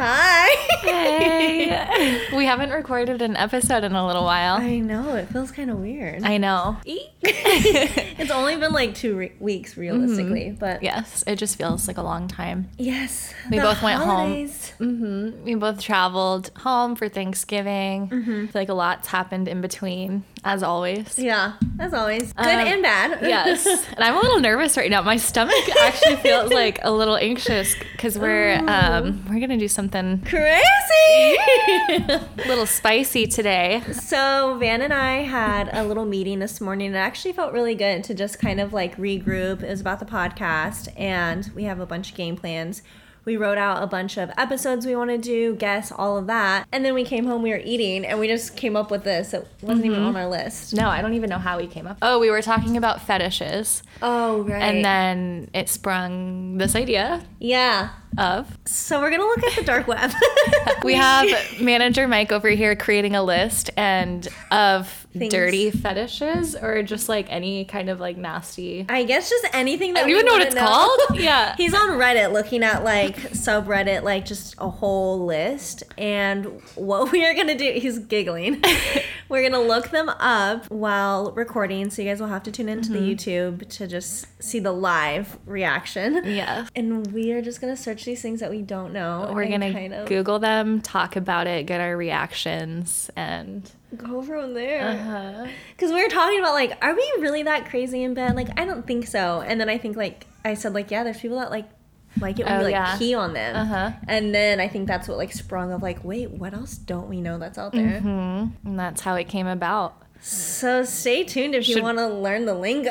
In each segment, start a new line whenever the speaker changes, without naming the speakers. Hi.
Hey. we haven't recorded an episode in a little while.
I know it feels kind of weird.
I know.
Eek. it's only been like two re- weeks
Mm-hmm.
realistically, but
Yes, it just feels like a long time.
yes,
We
the
both went home.
holidays.
Mm-hmm. We both traveled home for Thanksgiving. I feel like a lot's happened in between, as always.
Yeah, as always, good
Um,
and bad.
Yes, and I'm a little nervous right now. My stomach actually feels like a little anxious because we're um, we're gonna do something
Crazy.
a little spicy today.
so Van and I had a little meeting this morning. It actually felt really good to just kind of like regroup. It was about the podcast, and we have a bunch of game plans. We wrote out a bunch of episodes we want to do, guests, all of that, and then we came home. We were eating, and we just came up with this. It wasn't even on our list.
No, I don't even know how we came up. Oh, we were talking about fetishes,
Oh right.
and then it sprung this idea
yeah.
of
So we're gonna look at the dark web.
we have manager Mike over here creating a list and of
Things.
dirty fetishes or just like any kind of like nasty.
I guess just anything that
I don't
we
even know what
wanna
it's called. Yeah.
He's on Reddit looking at like subreddit, like just a whole list. And what we are gonna do, he's giggling. We're gonna look them up while recording, so you guys will have to tune into
Mm-hmm.
the YouTube to just see the live reaction.
Yes.
And we are just gonna search these things that we don't know.
We're
and
gonna
kind of go,
Google them, talk about it, get our reactions, and uh,
from
Uh-huh.
there. Because we were talking about like, are we really that crazy in bed? Like, I don't think so. And then I think like I said like, yeah, there's people that like like it when
Oh,
we like
yeah.
pee on them.
Uh-huh.
And then I think that's what like sprung of like, wait, what else don't we know that's out there?
Mm-hmm. and that's how it came about.
So stay tuned if you
Should-
want to learn the lingo.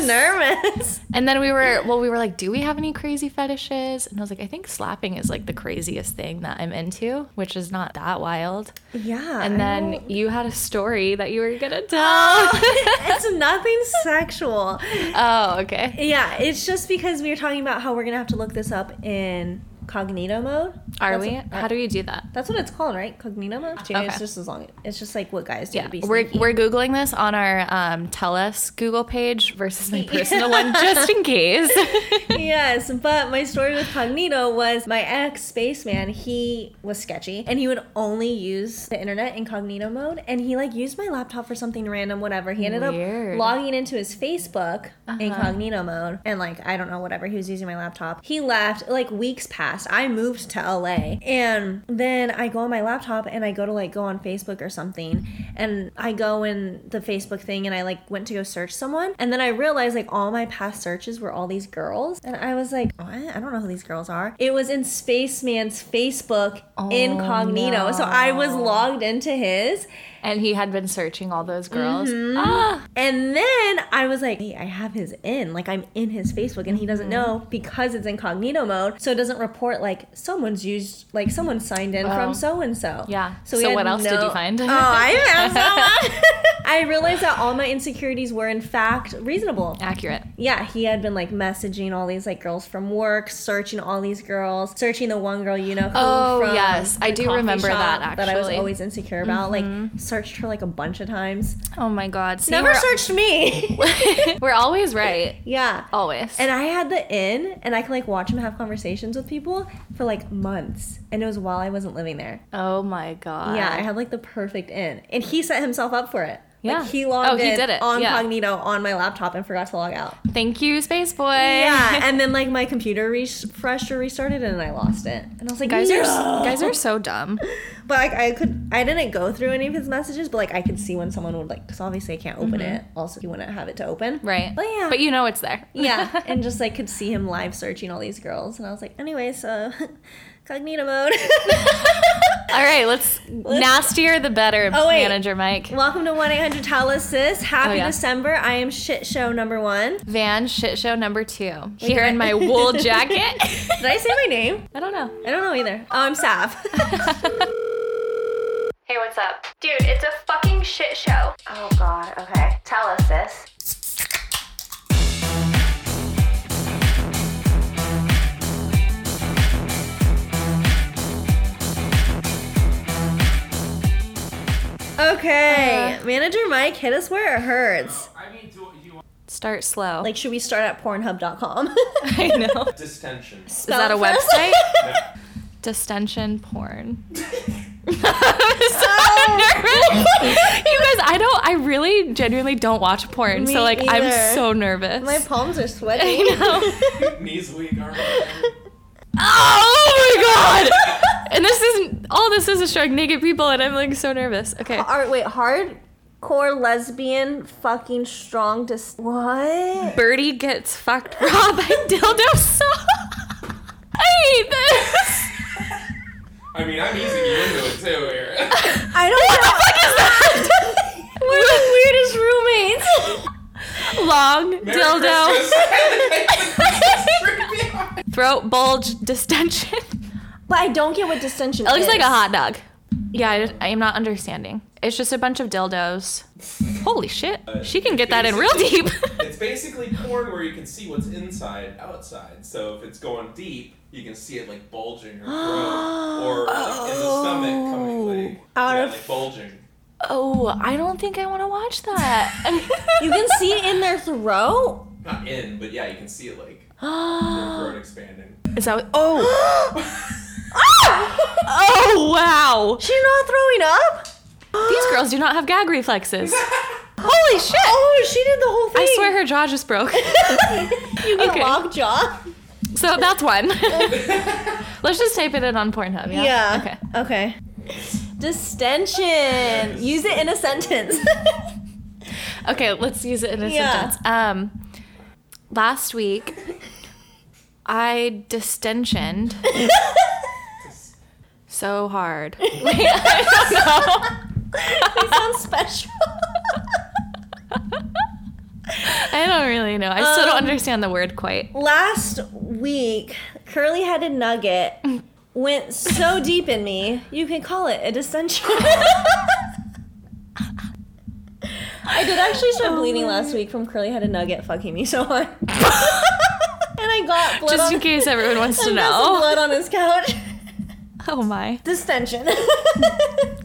I'm nervous.
And then we were well, we were like, do we have any crazy fetishes? And I was like, I think slapping is like the craziest thing that I'm into, which is not that wild.
Yeah.
And
I Oh,
then Oh.
don't-
you had a story that you were gonna tell.
it's nothing sexual.
oh, okay.
Yeah, it's just because we were talking about how we're gonna have to look this up in cognito mode.
Are
That's
we?
what-
How do we do that?
That's what it's called, right? Cognito mode. Dude,
Okay.
It's just as long. It's just like what guys do.
Yeah,
to be
we're,
sneaky.
we're googling this on our um, tell us Google page versus my personal one, just in case.
yes, but my story with Cognito was my ex spaceman. He was sketchy, and he would only use the internet in Cognito mode. And he like used my laptop for something random, whatever. He ended
Weird.
up logging into his Facebook in Cognito mode, and like I don't know, whatever. He was using my laptop. He left. Like weeks passed. I moved to LA, and then I go on my laptop and I go to like go on Facebook or something, and I go in the Facebook thing, and I like went to go search someone, and then I realized like all my past searches were all these girls, and I was like, what? I don't know who these girls are. It was in Spaceman's Facebook incognito, so I was logged into his.
and he had been searching all those girls.
Mm-hmm.
Ah,
And then I was like, hey, I have his in. Like, I'm in his Facebook and he doesn't
Mm-hmm.
know because it's incognito mode. So it doesn't report, like, someone's used, like, someone signed in
Oh.
from so and so.
Yeah.
we
So
had
what else did you find?
oh, I found so much. I realized that all my insecurities were, in fact, reasonable.
accurate.
Yeah, he had been like messaging all these like girls from work, searching all these girls, searching the one girl you know. Who
Oh,
from
yes. I
the
do
coffee
remember
shop
that,
that I was
actually. Mm-hmm.
always insecure about. Like searched her like a bunch of times.
Oh my God. See,
Never
we're,
searched me.
we're always right.
yeah.
Always.
And I had the in, and I could like watch him have conversations with people for like months, and it was while I wasn't living there.
oh my God.
Yeah, I had like the perfect in, and he set himself up for it.
Yeah.
like, he logged
Oh, he
in
did it.
on
Yeah.
Cognito on my laptop and forgot to log out.
Thank you, Space Boy.
Yeah, and then like my computer refreshed or restarted, and I lost it. And I was like,
Guys
no.
are guys are so dumb.
But like, I could, I didn't go through any of his messages, but like I could see when someone would like, because obviously I can't
Mm-hmm.
open it. Also, he wouldn't have it to open.
Right.
But yeah.
But you know it's there.
yeah, and just like could see him live searching all these girls, and I was like, anyway, so cognito mode.
All right, let's, nastier the better,
Oh, wait.
manager Mike.
Welcome to one eight hundred Sis. Happy
Oh, yeah.
December. I am shit show number one.
Van shit show number two. Here in my wool jacket.
Did I say my name?
I don't know.
I don't know either. Oh, I'm Sav.
Hey, what's up?
Dude, it's a fucking shit show. Oh god, okay. Tell us this. Okay,
Uh-huh.
manager Mike, hit us where it hurts.
I mean, do you want
Start slow.
Like, should we start at Pornhub.com?
I know.
distension?
Is that a website?
Yeah.
distension porn.
Oh.
I'm so nervous. you guys, I don't. I really, genuinely don't watch porn.
Me
so like,
either.
I'm so nervous.
My palms are
I
sweating.
know.
Knees weak, arms weak.
oh my god! And this isn't all. This is a showing naked people, and I'm like so nervous. Okay.
Art, wait, hardcore lesbian fucking strong dis. What?
Birdie gets fucked raw by dildo saw. I hate this.
I mean, I'm easing you into it too here.
I don't know.
What is that? We're the weirdest roommates. Long
Merry
dildo.
Christmas.
Throat bulge distension.
But I don't get what dissension
It looks
is.
like a hot dog. Yeah, I, I am not understanding. It's just a bunch of dildos. Holy shit. She can get that in real deep.
Uh, it's basically porn where you can see what's inside, outside. So if it's going deep, you can see it like bulging or growing, or like, in the stomach coming like,
Out
yeah,
of-
like bulging.
oh, I don't think I want to watch that.
You can see it in their throat?
Not in, but yeah, you can see it like growing, expanding.
Is that what- Oh! oh, wow.
She's not throwing up?
These girls do not have gag reflexes. Holy shit.
Oh, she did the whole thing.
I swear her jaw just broke.
you get
Okay.
lockjaw. jaw.
So that's one. Let's just type it in on Pornhub. Yeah. Okay.
Okay. Distension. Use it in a sentence.
Okay, let's use it in a
Yeah.
sentence. Um, last week, I distensioned so hard. Wait, I
it sounds special.
don't know. I don't really know. I still
Um,
don't understand the word quite.
Last week, curly headed nugget went so deep in me, you can call it a distension. I did actually
Oh
start bleeding last week from curly headed nugget fucking me so hard. and I got blood
Just
on
in case everyone wants to
I got some
know.
blood on his couch.
Oh my.
Distension.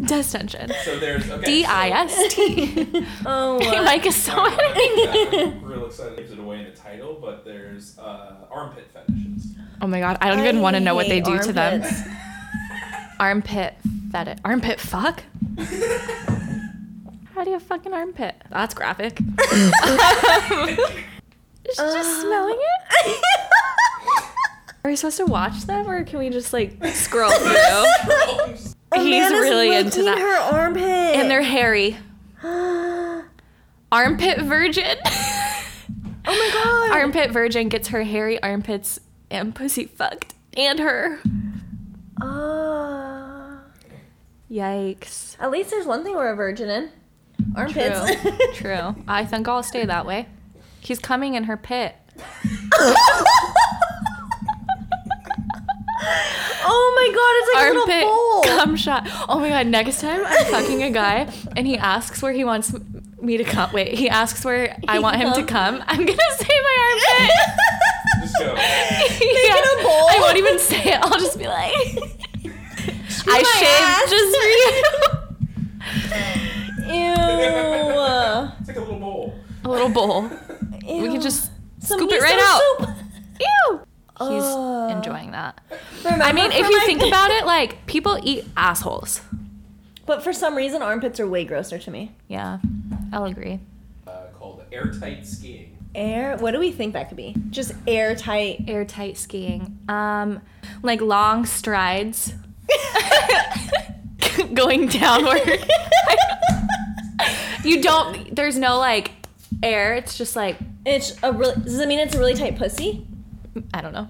Distension.
So there's okay.
D
so-
I S T.
oh, wow.
Mike is so
I'm, I'm,
Sorry.
I'm real excited. Gives it away in the title, but there's uh, armpit fetishes.
Oh my god. I don't even
I
want to know what they
hate
do to them.
armpits.
Armpit fetish. Armpit fuck? How do you fucking armpit? That's graphic. It's
Uh.
just smelling it? Are we supposed to watch them or can we just like scroll through?
A
He's
man is
really
licking
into that.
her armpit.
and they're hairy.
oh
Armpit virgin.
my god.
armpit virgin gets her hairy armpits and pussy fucked. And her.
Ah.
Yikes.
At least there's one thing we're a virgin in. Armpits.
True. True. I think I'll stay that way. He's coming in her pit.
oh my god, it's like a
armpit
little bowl.
cum shot. Oh my god! Next time I'm fucking a guy and he asks where he wants m- me to come. Wait, he asks where I want him to come. I'm gonna say my
Just go.
armpit.
it a bowl.
I won't even say it. I'll just be like, I
my ass."
shaved just for you.
Ew.
it's like a little bowl.
a little bowl.
Ew.
We can just
Some
scoop it
miso
right out.
soup.
Ew. He's
Oh.
enjoying that.
Remember
I mean, if
from
you
my-
think about it, like people eat assholes.
But for some reason, armpits are way grosser to me.
Yeah, I'll agree.
Uh, called airtight skiing.
Air. What do we think that could be? Just airtight.
airtight skiing um like long strides going downward you don't there's no like air it's just like
It's a really. Does it mean it's a really tight pussy?
i don't know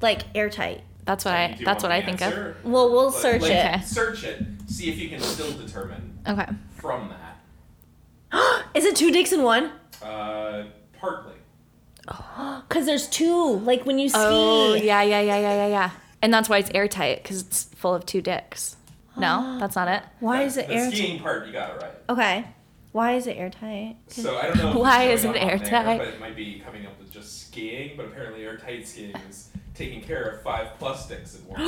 Like airtight.
that's what
Do
i
you
that's what
want
i
the
think
answer?
Well, we'll
Like-
search
like,
it.
Okay.
Search it. See if you can still determine
of okay
from that.
Is it two dicks in one?
Uh, partly.
Cause there's two. Like when you ski.
oh yeah yeah yeah yeah yeah yeah and that's why it's airtight because it's full of two dicks no that's not it
Why
That-
is it
the
airtight?
skiing part? You got it right.
Okay. Why is it airtight?
So I don't know. if it's
Why
showing
is it
up on there,
airtight?
but it might be coming up with just skiing. But apparently, airtight skiing is taking care of five plus dicks at once.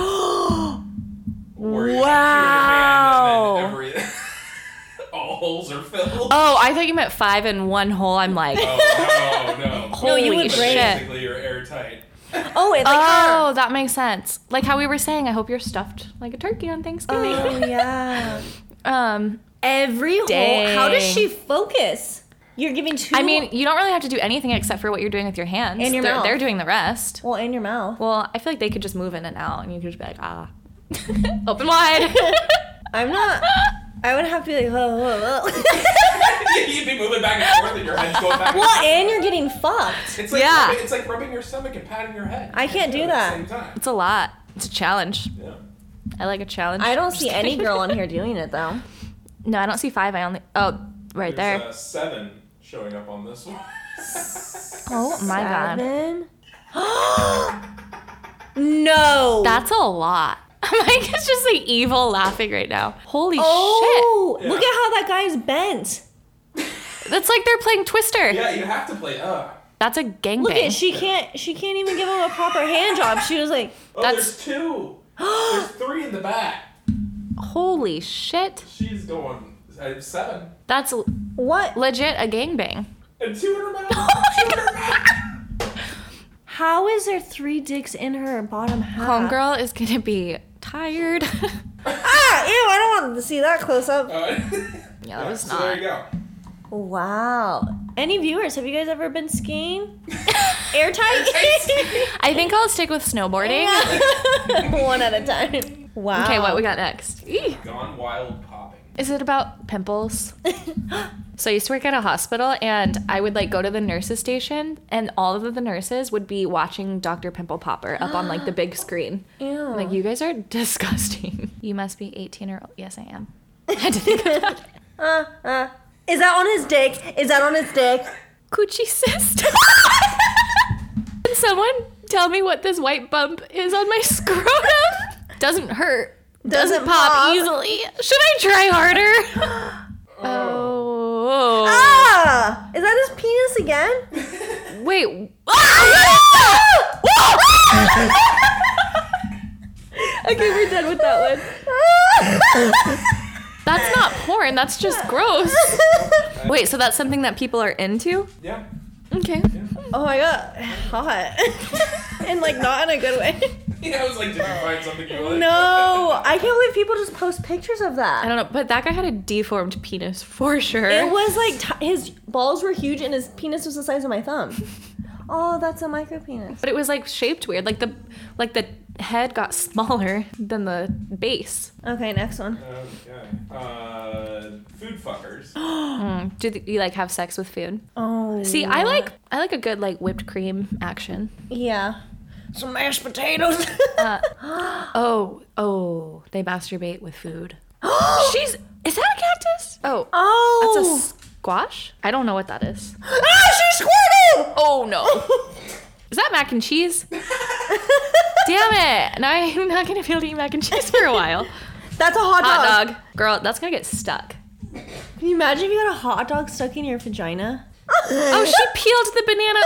Where you
Wow.
have two in a hand and then every- all holes are filled.
oh i thought you meant five in one hole i'm like
Oh, no,
No,
no.
you
Holy
would
But
break.
shit.
Basically, you're airtight.
Oh, it like
oh,
oh.
that makes sense. Like how we were saying, I hope you're stuffed like a turkey on Thanksgiving.
oh yeah.
um,
Every whole. How does
Dang.
she focus? You're giving two.
I mean, you don't really have to do anything except for what you're doing with your hands.
And your
they're,
mouth.
they're doing the rest.
well, in your mouth.
Well, I feel like they could just move in and out, and you could just be like, ah, open wide.
I'm not. I would have to be like, whoa, whoa, whoa.
You'd be moving back and forth, and your head's going back. and
well,
forth.
and you're getting fucked.
It's like
Yeah.
rubbing, it's like rubbing your stomach and patting your head.
I can't do
At
that.
the same time.
it's a lot. It's a challenge.
Yeah.
I like a challenge.
I don't
Just
see any
kidding.
girl on here doing it though.
No, I don't see five. I only oh, right
There's,
there.
Uh, seven showing up on this one.
oh my god,
Seven. no.
that's a lot. Mike is just like evil laughing right now. Holy
oh,
shit.
look
Yeah.
at how that guy's bent.
shit! That's like they're playing Twister.
yeah, you have to play. Uh,
That's a gangbang.
Look at she can't she can't even give him a proper hand job. She was like,
oh,
That's-
there's two. there's three in the back.
Holy shit!
She's going uh, seven.
That's l-
"What?
legit a gangbang.
And two in her mouth.
Oh
my
Two in her mouth.
How is there three dicks in her bottom half?"
Homegirl is gonna be tired.
Ah, ew! I don't want to see that close up.
Uh,
Yeah, that was
so There you go.
Wow. Any viewers? Have you guys ever been skiing? Airtight.
I think I'll stick with snowboarding.
One at a time. Wow.
Okay, what we got next?
Gone wild popping.
Is it about pimples? So I used to work at a hospital and I would like go to the nurses station and all of the nurses would be watching Dr. Pimple Popper up on like the big screen.
Ew.
I'm like you guys are disgusting. You must be 18 or yes I am. I had to think about it.
Uh, uh. Is that on his dick? Is that on his dick?
Coochie cyst. Can someone tell me what this white bump is on my scrotum? Doesn't hurt. Doesn't,
Doesn't
pop,
pop.
easily. Should I try harder? oh.
Ah! Is that his penis again?
Wait.
Okay, we're done with that
That's not porn. That's just gross.
one.
Wait, so that's something that people are into?
Yeah.
Okay.
oh my god, hot. and like not in a good way.
Yeah, I was like, did you find something you like?
No, I can't believe people just post pictures of
I
that.
don't know, but that guy had a deformed penis for sure.
It was like t- his balls were huge and his penis was the size of my thumb. Oh, that's a micro penis.
but it was like shaped weird. Like the like the head got smaller than the base.
Okay, next one.
Okay. Uh, food fuckers.
Do th- you like have sex with food?
Oh.
See, I like I like a good like whipped cream action.
Yeah. Some mashed potatoes.
Uh, oh, oh, they masturbate with food. She's is that a cactus? Oh,
oh.
That's a squash? I don't know what that is.
Ah, she squirted!
Oh no. Is that mac and cheese? Damn it. Now I'm not gonna be able to eat mac and cheese for a while.
That's a hot,
Hot dog. Girl, that's gonna get stuck.
Can you imagine if you got a hot dog stuck in your vagina?
Oh, she peeled the banana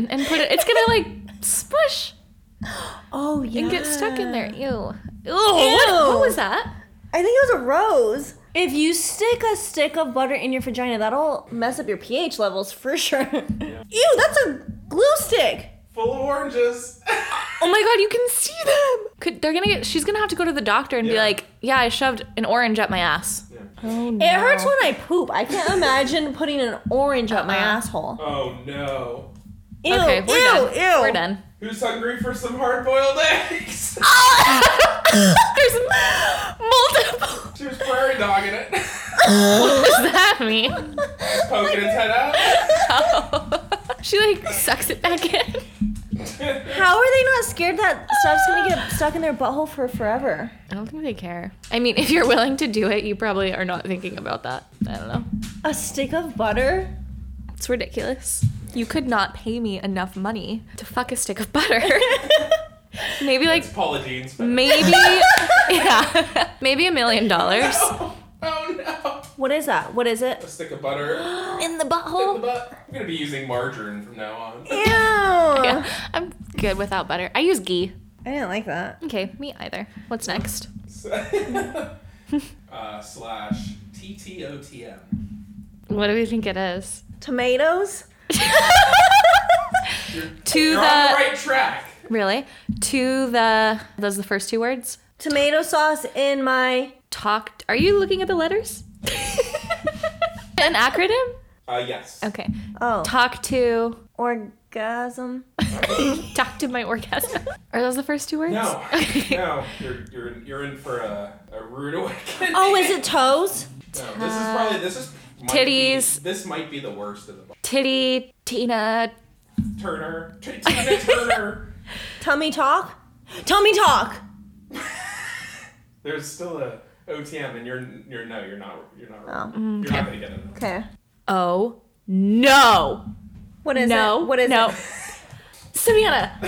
open and put it it's gonna like smush
Oh yeah.
and get stuck in there. Ew. Ew. What, what was that?
I think it was a rose. If you stick a stick of butter in your vagina, that'll mess up your pH levels for sure. Ew, that's a glue stick.
Full of oranges.
Oh my god, you can see them. Could they're gonna get she's gonna have to go to the doctor and be
Yeah.
like, yeah, I shoved an orange up my ass. Oh no. Uh-uh.
It hurts when I poop. I can't imagine putting an orange up my asshole.
oh no.
Ew,
Okay, we're
ew,
done.
ew.
We're done.
Who's hungry for some hard-boiled eggs?
There's multiple.
she was prairie dogging it.
What does that mean?
Poking its head out.
she like sucks it back in.
How are they not scared that stuff's gonna get stuck in their butthole for forever?
I don't think they care. I mean, if you're willing to do it, you probably are not thinking about that. I don't know.
A stick of butter?
It's ridiculous. You could not pay me enough money to fuck a stick of butter. maybe like
It's Paula Dean's. back.
maybe yeah, maybe a million dollars.
Oh, oh no.
What is that? What is it?
A stick of butter
In the
in the
butthole?
butt. I'm gonna be using margarine from now on.
Ew.
Yeah, I'm good without butter. I use ghee.
I didn't like that.
Okay, me either. What's next?
uh, slash TTOTM.
What do we think it is?
Tomatoes?
You're,
To
you're
the
on the right track.
Really? To the those are the first two words?
Tomato sauce in my.
Talked. Are you looking at the letters? An acronym?
Uh, yes.
Okay.
Oh.
Talk to
orgasm.
talk to my orgasm. Are those the first two words?
No,
Okay.
no, you're, you're, in- you're in for a, a rude awakening.
Oh, is it toes?
No, this is probably this is might
Titties.
Be, this might be the worst of them. all.
Titty, Tina,
Turner, T- Tina Turner.
Tummy talk? Tummy talk!
There's still a OTM, and you're you're no, you're not you're not
Oh,
you're not gonna get it.
Okay.
Oh no.
What is
no.
it? What is
no.
it?
Savannah.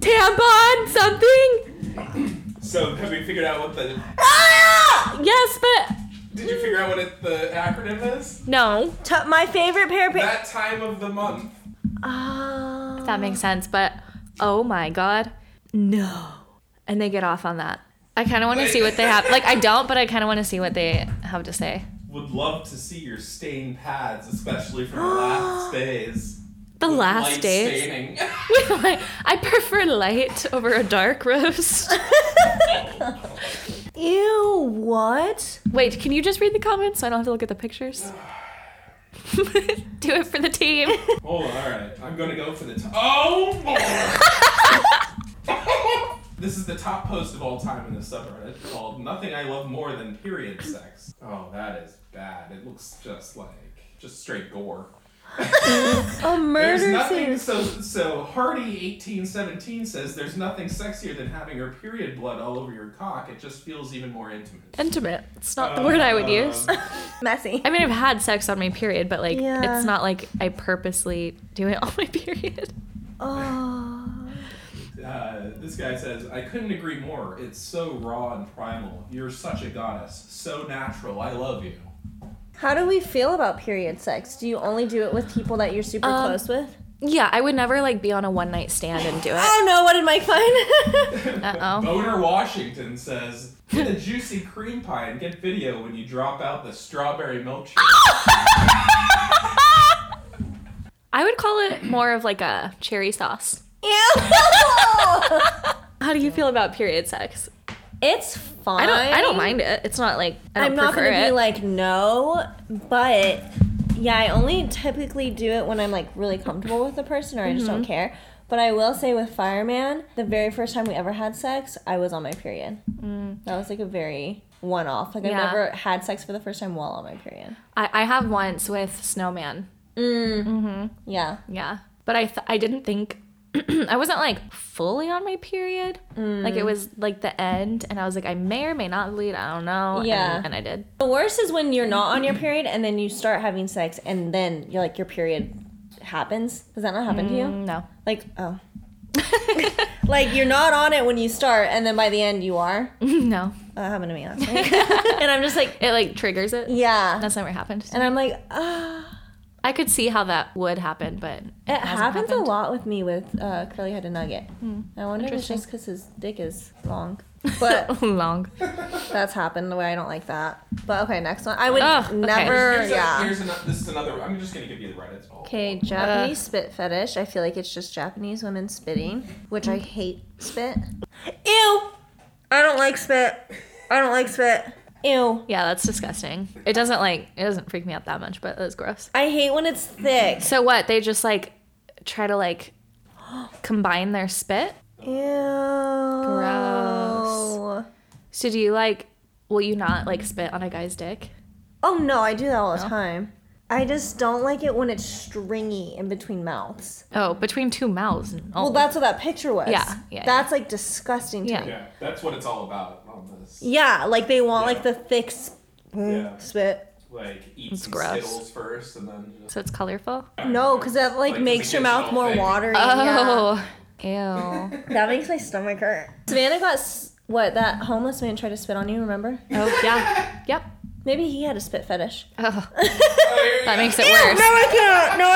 Tampon, something?
So have we figured out what the
Ah! Yes, but
did you figure out what it, the acronym is?
no.
Tu- my favorite pair of pants.
That time of the month.
Oh.
That makes sense, but oh my god. No. And they get off on that. I kind of want to see what they have. Like, I don't, but I kind of want to see what they have to say.
Would love to see your stained pads, especially from the last days.
The
With
last
light
days.
Staining.
I prefer light over a dark roast.
Ew, what?
Wait, can you just read the comments so I don't have to look at the pictures? Do it for the team.
oh, all right. I'm gonna go for the top. Oh. boy. This is the top post of all time in the subreddit called "Nothing I Love More Than Period Sex." Oh, that is bad. It looks just like just straight gore.
A
There's
murder
nothing
scene.
so so Hardy eighteen seventeen says there's nothing sexier than having your period blood all over your cock. It just feels even more intimate.
Intimate. It's not the word I would use.
Um,
Messy.
I mean, I've had sex on my period, but like,
Yeah.
it's not like I purposely do it on my period.
Oh.
Uh, this guy says, I couldn't agree more. It's so raw and primal. You're such a goddess. So natural. I love you.
How do we feel about period sex? Do you only do it with people that you're super
Um,
close with?
Yeah, I would never like be on a one night stand and do it.
Oh no, what did Mike find?
Uh-oh.
Boner Washington says, Get a juicy cream pie and get video when you drop out the strawberry milkshake.
I would call it more of like a cherry sauce.
Ew!
How do you feel about period sex?
it's fine.
I don't. I don't mind it. It's not like I don't
I'm not
prefer
gonna be
it.
like no, but yeah, I only typically do it when I'm like really comfortable with the person or I just don't care. But I will say with Fireman, the very first time we ever had sex, I was on my period. That was like a very one off. Like
Yeah.
I never had sex for the first time while on my period.
I, I have once with Snowman.
Yeah.
Yeah. But I th- I didn't think I wasn't like fully on my period. Like
Mm.
it was like the end and I was like I may or may not bleed, I don't know. and-
Yeah.
And, I did.
The worst is when you're not on your period and then you start having sex and then you're like your period happens. Does that not happen to you?
No.
Like oh. like you're not on it when you start and then by the end you are.
no.
That happened to me last week. and I'm just like,
It like triggers it.
yeah.
That's never happened.
And I'm like, ah.
I could see how that would happen, but
It Hmm. happens
happened?
a lot with me with uh, curly headed nugget. I wonder if it's
Interesting.
just because his dick is long. But
long.
that's happened the way I don't like that. But okay, next one. I would
Ugh, okay.
never.
Here's, a-
yeah.
here's ano- this is another. I'm just going to give you the Reddit's all.
Okay, Japanese spit fetish. I feel like it's just Japanese women spitting, which I hate spit. Ew! I don't like spit. I don't like spit. Ew.
Yeah, that's disgusting. It doesn't like it doesn't freak me out that much, but it's gross.
I hate when it's thick.
So what? They just like try to like combine their spit?
Ew. Gross.
So do you like will you not like spit on a guy's dick?
Oh no, I do that all the
No?
time. I just don't like it when it's stringy in between mouths.
Oh, between two mouths. Oh.
Well, that's what that picture was.
Yeah, yeah,
That's like disgusting to
Yeah.
me.
Yeah, that's what it's all about on this.
Yeah, like they want
Yeah.
like the thick s-
Yeah.
spit.
Like, eat
It's
some
gross.
Skittles first and then. Just,
so it's colorful.
No, because that like,
Like,
makes your
because
mouth
it's
more
all thick.
watery.
Oh, ew.
Yeah. That makes my stomach hurt. Savannah got s- what that homeless man tried to spit on you. Remember?
oh yeah. Yep.
Maybe he had a spit fetish.
Oh,
Oh, here you
that
go.
makes it worse.
I can't. No,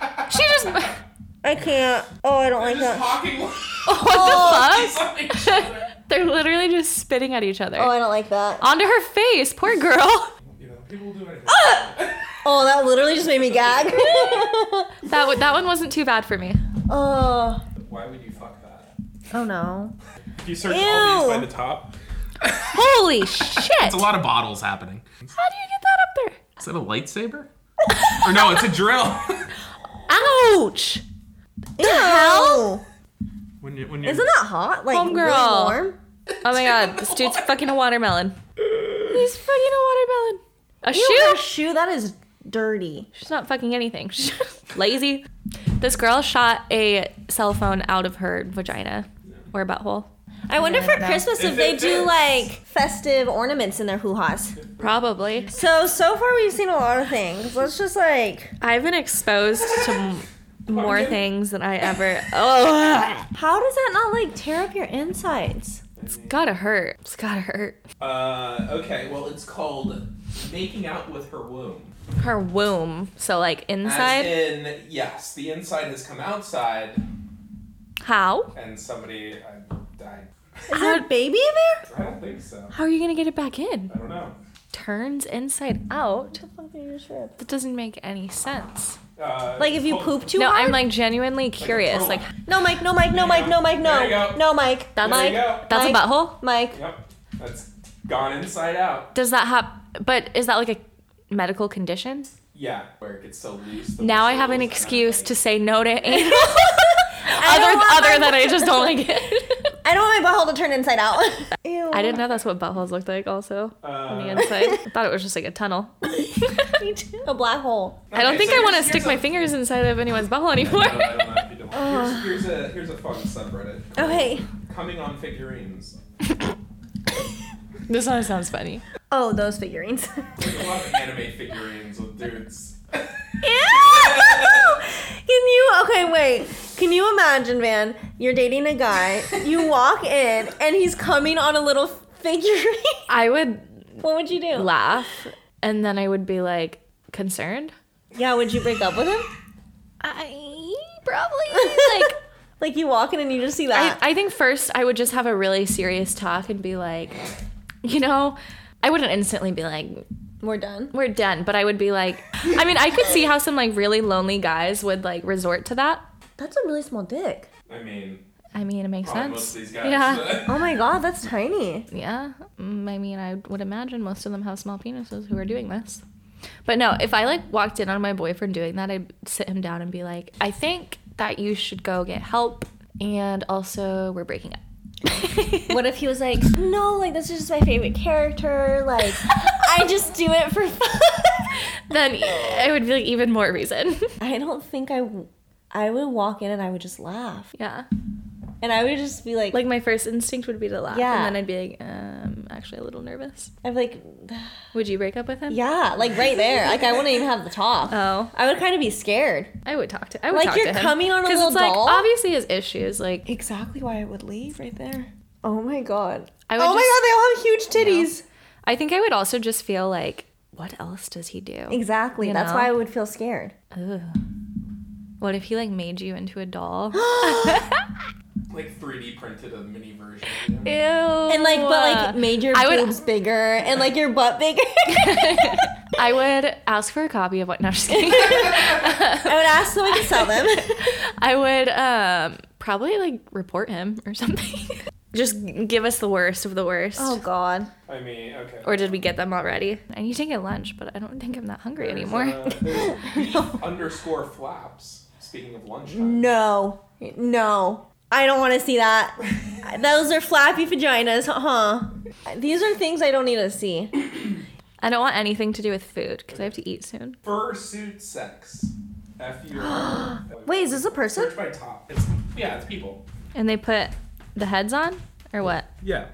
I can't.
She just.
I can't. Oh, I don't
They're just talking
What the
on each other.
fuck? They're literally just spitting at each other
Oh, I don't like that.
onto her face. Poor girl.
You know, people do anything.
Oh, that literally just made me gag.
That w- that one wasn't too bad for me.
oh,
Why would you fuck that?
oh no.
If you search all these by
Ew.
the top,
Holy shit! How
it's a lot of bottles happening.
do you get that up there?
Is that a lightsaber? or no, it's a drill.
Ouch!
The hell?
when you when you
Isn't that hot? Like
Homegirl.
really warm.
Oh my god, this dude's fucking a watermelon. He's fucking a watermelon. A
Ew, her
shoe?
shoe that is dirty.
She's not fucking anything. Lazy. This girl shot a cell phone out of her vagina or butthole.
I wonder for Christmas
If
if they
it
do
fits.
like festive ornaments in their hoo-has.
Probably.
So so far we've seen a lot of things. Let's just like
I've been exposed to m- more
Pardon?
things than I ever. Oh,
how does that not like tear up your insides?
it's gotta hurt. It's gotta hurt.
Uh, okay, well, it's called Making Out with Her Womb.
Her womb. So like
As
inside.
in, yes, the inside has come outside,
How?
and somebody I, died.
Is there a baby in there?
I don't think so.
How are you gonna get it back in?
I don't know.
Turns inside out.
What the fuck are you sure?
That doesn't make any sense.
Uh,
Like if you
oh,
poop too
no,
hard?
I'm like genuinely curious.
turtle.
Like
no, Mike. No, Mike. No,
There
Mike.
you go.
No, Mike.
There you
No,
go.
no, Mike.
that's
There
Mike.
you go.
that's
Mike.
a butthole.
Mike.
Yep, that's gone inside out.
Does that have? But is that like a medical condition?
Yeah, where it gets so loose. the
Now I have an
muscles and
excuse to
everything.
say no to anal.
I don't
other
want
other
my-
than I just don't like it.
I don't want my butthole to turn inside out. Ew.
I didn't know that's what buttholes looked like. Also on the
Uh,
inside, I thought it was just like a tunnel.
Me too. A black hole.
I don't
okay,
think
so
I want to
here's-
stick my
here's
fingers inside of anyone's butthole
a-
anymore.
No, I don't know if you don't want- Here's, here's a here's a fun subreddit.
Oh,
called
Okay.
Coming on figurines.
this one sounds funny.
Oh, those figurines.
There's a lot of anime figurines with dudes.
Ew! Can you okay wait? Can you imagine, Van? You're dating a guy. You walk in and he's coming on a little figurine.
I would
what would you do?
laugh, and then I would be like concerned.
Yeah, would you break up with him?
I probably like.
Like you walk in and you just see
I,
that.
I think first I would just have a really serious talk and be like, you know, I wouldn't instantly be like,
We're done.
we're done, but I would be like, I mean, I could see how some like really lonely guys would like resort to that.
That's a really small dick.
I mean,
I mean, it makes sense.
probably most of these guys.
Yeah.
Oh my god, that's tiny.
Yeah. Mm, I mean, I would imagine most of them have small penises who are doing this. But no, if I like walked in on my boyfriend doing that, I'd sit him down and be like, I think that you should go get help. And also, we're breaking up.
What if he was like, no, like this is just my favorite character. Like I just do it for fun.
then it would be like even more reason.
I don't think I. W- I would walk in and I would just laugh,
yeah.
and I would just be like,
Like my first instinct would be to laugh.
Yeah.
And then I'd be like, um, actually a little nervous.
I'm like,
Would you break up with him?
yeah, like right there. Like I wouldn't even have the talk.
Oh,
I would kind of be scared.
I would talk to. I would
Like
talk
you're
to him.
coming on a
'Cause
little
it's like
doll?
obviously his issues. Like
Exactly why I would leave right there. Oh my god.
I would.
oh
just,
my god, they all have huge titties.
I think I would also just feel like, what else does he do?
Exactly.
You
That's
know?
why I would feel scared.
Ugh. What if he like made you into a doll? Ew.
Like 3D printed a mini version. Of them.
And
And
like, but like, made your
I would-
boobs bigger and like your butt bigger.
I would ask for a copy of what? No, I'm just kidding.
I would ask so I could sell them.
I would um probably like report him or something. Just give us the worst of the worst.
oh god.
I mean, okay.
Or did we get them already? I need to get lunch, but I don't think I'm that hungry
There's,
anymore.
uh, there's beef underscore flaps. Speaking of lunchtime.
No. No. I don't want to see that. Those are flappy vaginas, huh? These are things I don't need to see.
I don't want anything to do with food because I have to eat soon.
Fursuit sex. F U R.
Wait, is this a person?
Search by top. It's, yeah, it's people.
And they put the heads on or what?
Yeah.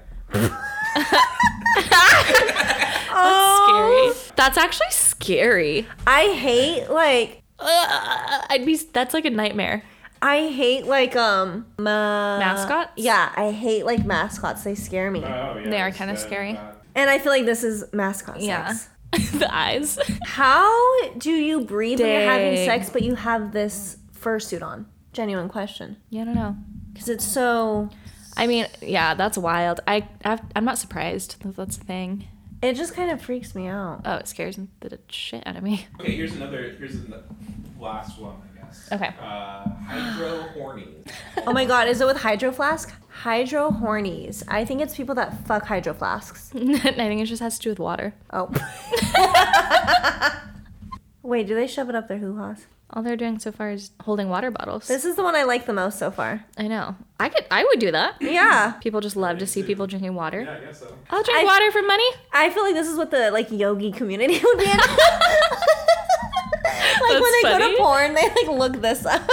Oh,
Scary. That's actually scary.
I hate like
Ugh, I'd be. That's like a nightmare.
I hate like um ma-
Mascots?
Yeah, I hate like mascots. They scare me,
Oh, yeah.
They are
it's
kinda
that,
scary.
uh,
and I feel like this is mascot sex.
Yeah. the eyes.
How do you breathe when you're having
Dang.
sex, but you have this fursuit on? Genuine question,
Yeah, I don't know.
because it's so.
I mean, yeah, that's wild. I, I've, I'm not surprised that that's a thing.
It just kind of freaks me out.
Oh, it scares the shit out of me.
Okay, here's another. Here's the last one, I guess.
Okay.
Uh, hydro horny.
Oh my god, is it with Hydro Flask? Hydro Hornies. I think it's people that fuck Hydro Flasks.
I think it just has to do with water.
Oh. Wait, do they shove it up their hoo ha's?
All they're doing so far is holding water bottles.
This is the one I like the most so far.
I know. I could. I would do that.
Yeah.
People just love to see people drinking water.
Yeah, I guess so.
I'll drink
I-
water for money.
I feel like this is what the like yogi community would be in. like when
That's
they go
funny.
to porn, they like look this up.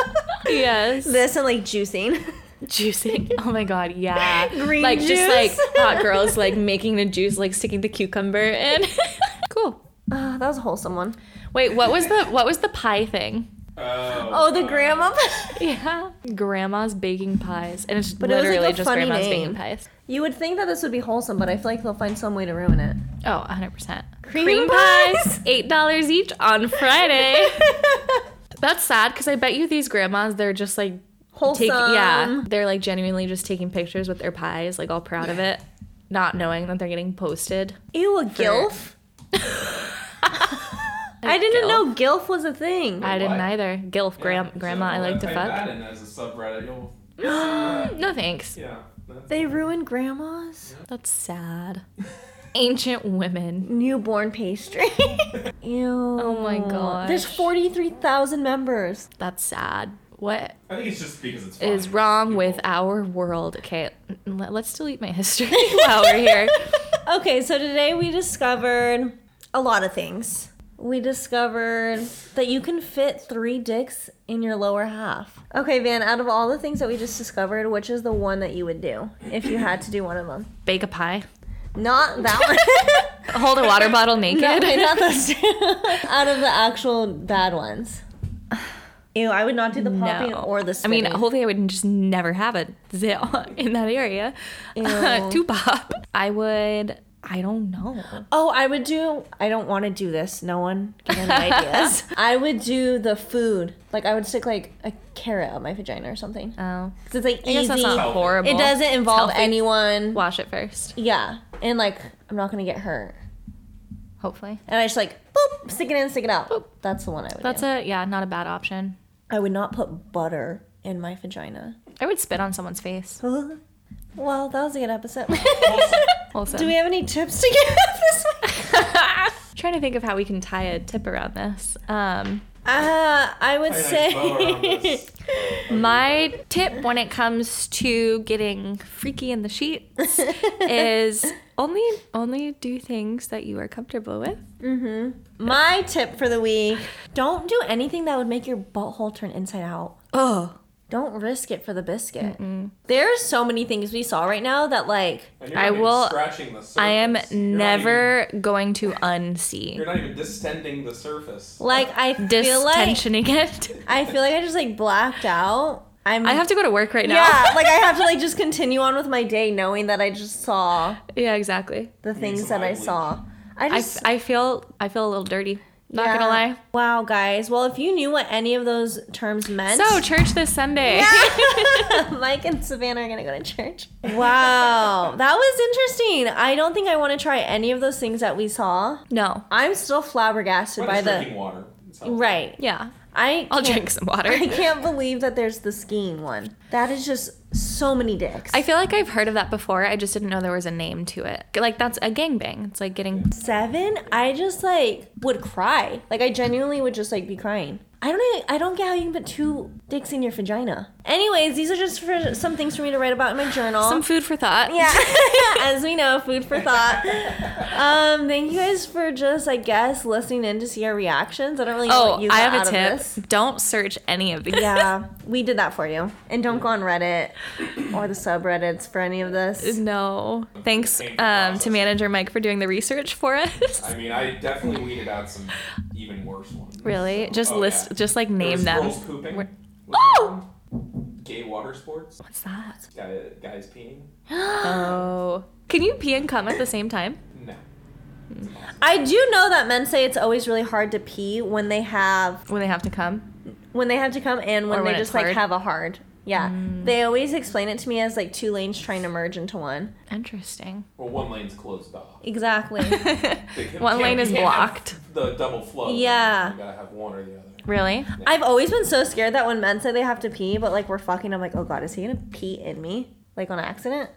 Yes.
This and like juicing.
Juicing. Oh my god. Yeah.
Green
like just
juice.
like hot girls like making the juice, like sticking the cucumber in. cool.
Oh, that was a wholesome one.
Wait, what was the what was the pie thing?
Oh,
Oh, the
uh,
grandma.
Yeah. Grandma's baking pies, and it's
it was, like,
literally
a
just
funny
grandma's
name.
baking pies.
you would think that this would be wholesome, but I feel like they'll find some way to ruin it.
Oh, 100%.
Cream pies.
eight dollars each on Friday. That's sad because I bet you these grandmas they're just like
wholesome.
take yeah they're like genuinely just taking pictures with their pies like all proud of it, not knowing that they're getting posted.
Ew, a gilf. I didn't
Gilf?
know gilf was a thing.
I didn't
What?
either. Gilf
yeah,
gram-
so
grandma,
if
I
you
like
wanna
to
type
fuck.
That in as a subreddit, you'll. yeah,
No thanks.
that's-
they ruined grandmas.
That's sad. Ancient women.
Newborn pastry. Ew. Oh
my gosh.
There's 43,000 members.
That's sad. What
I think it's just because it's.
is
fun.
wrong
People-
with our world? Okay, n- let's delete my history while we're here.
Okay, so today we discovered a lot of things. We discovered that you can fit three dicks in your lower half. Okay, Van, out of all the things that we just discovered, which is the one that you would do if you had to do one of them?
Bake a pie.
Not that one.
Hold a water bottle naked.
No, wait, not those two. Out of the actual bad ones. Ew, I would not do the popping or the
I mean,
spitting.
hopefully I would just never have it zit on- in that area.
Ew.
to pop. I would. I don't know.
oh, I would do. I don't want to do this. No one get any ideas. I would do the food. Like I would stick like a carrot up my vagina or something.
Oh,
'Cause it's like
I guess
easy.
that's not
Healthy.
horrible.
It doesn't involve
healthy.
anyone.
Wash it first,
Yeah, and like I'm not gonna get hurt.
hopefully.
And I just like boop, stick it in, stick it out. That's the one I would.
That's
do.
a yeah, not a bad option.
I would not put butter in my vagina.
I would spit on someone's face.
Well, that was a good episode.
Also,
Do we have any tips to give this week?
trying to think of how we can tie a tip around this. Um,
Uh, I would
I
say.
like bow around this.
my tip when it comes to getting freaky in the sheets is only only do things that you are comfortable with.
My tip for the week don't do anything that would make your butthole turn inside out.
Oh,
Don't risk it for the biscuit. There's so many things we saw right now that, like,
And you're
I
not even
will-
Scratching the surface.
I am
You're not even-
never going to unsee.
You're not even distending the surface.
like I feel like
Distensioning it.
I feel like I just like blacked out. I'm.
I have to go to work right now.
Yeah, like I have to like just continue on with my day, knowing that I just saw
Yeah, exactly.
the things
some
that I
eye bleach.
saw. I
I,
just
I feel I feel a little dirty. Not
Yeah.
gonna lie.
Wow, guys. Well, if you knew what any of those terms meant,
So church this Sunday.
Mike and Savannah are gonna go to church. Wow, that was interesting. I don't think I want to try any of those things that we saw.
No.
I'm still flabbergasted
What
by
is
the
drinking water? It sounds-
right.
Yeah.
I
I'll
can't-
drink some water.
I can't believe that there's the skiing one. That is just so many dicks.
I feel like I've heard of that before. I just didn't know there was a name to it. Like that's a gangbang. It's like getting
seven. I just like would cry. Like I genuinely would just like be crying. I don't. even- I don't get how you can put two dicks in your vagina. Anyways, these are just for some things for me to write about in my journal.
some food for thought.
Yeah, as we know, food for thought. Um, thank you guys for just, I guess, listening in to see our reactions. I don't really know what
Oh,
you got
I have
out
a
of
tip.
this.
Don't search any of these.
Yeah, we did that for you. And don't go on Reddit or the subreddits for any of this.
No. Thanks
Thank
um,
you,
to
process.
manager Mike for doing the research for us.
I mean, I definitely weeded out some even worse ones.
Really?
so-
Just
oh,
list
yeah.
just like
There
name
was
them.
girls pooping.
Where-
Was
Oh!
one. Gay water sports.
What's that?
Guy, guys peeing.
Oh. Can you pee and cum at the same time?
No.
Hmm.
I do know that men say it's always really hard to pee when they have
When they have to come?
when they have to come and when,
Or when
they
it's
just like
hard. Mm.
have a hard Yeah. They always explain it to me as like two lanes trying to merge into one.
Interesting.
Well, one lane's closed off.
Exactly.
They can-
One
can't-
lane
you
is
can't have
blocked.
The double flow.
Yeah.
You gotta have one or the other.
Really?
I've always been so scared that when men say they have to pee, but like we're fucking, I'm like, oh god, is he gonna pee in me? Like on accident?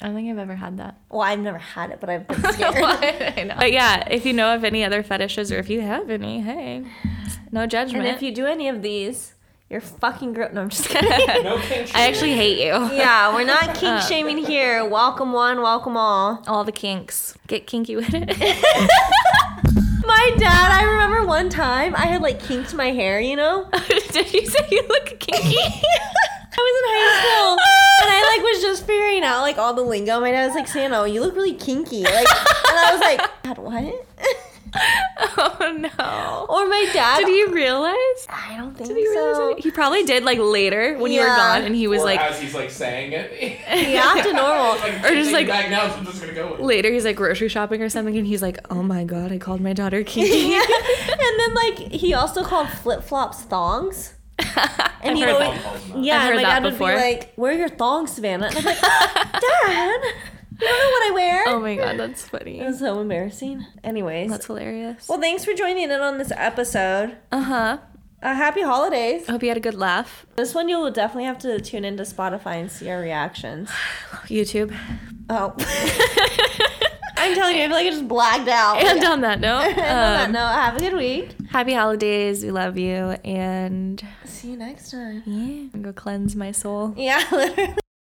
I don't think I've ever had that.
Well, I've never had it, but I've been scared.
I know. But yeah, if you know of any other fetishes or if you have any, hey, no judgment.
and if you do any of these, you're fucking gross. No, I'm just kidding.
No kink
I actually hate you.
yeah, we're not
Uh.
kink shaming here. Welcome one, welcome all.
All the kinks. Get kinky with it.
My dad, I remember one time I had like kinked my hair, you know?
Did you say you look kinky?
I was in high school and I like was just figuring out like all the lingo. My dad was like, Sano, you look really kinky. Like, and I was like, Dad, what?
oh no.
or my dad.
Did he realize?
I don't think
Did he realize?
so.
it? He probably did like later when you were
Yeah.
gone and he was
or
like,
as he's like saying it.
Yeah, to normal.
Or just, like-
back now, so I'm just gonna go. With it.
later he's like grocery shopping or something and he's like, oh my god, I called my daughter kinky.
Yeah. And then like he also called flip flops thongs. And
I've
he
heard
always,
that. I've heard
yeah, and my
that
dad would
before.
be like, "Where are your thongs, Savannah?" And I'm like, "Dad, you don't know what I wear."
Oh my god, that's funny.
It was so embarrassing. Anyways,
That's hilarious.
well, thanks for joining in on this episode.
Uh huh.
Uh, happy holidays.
Hope you had a good laugh.
This one you'll definitely have to tune into Spotify and see our reactions.
YouTube.
Oh, I'm telling you, I feel like I just blacked out.
and on that note,
And on that
um,
note, have a good week.
happy holidays. We love you. And
See you next time.
yeah, I'm gonna go cleanse my soul.
Yeah, literally.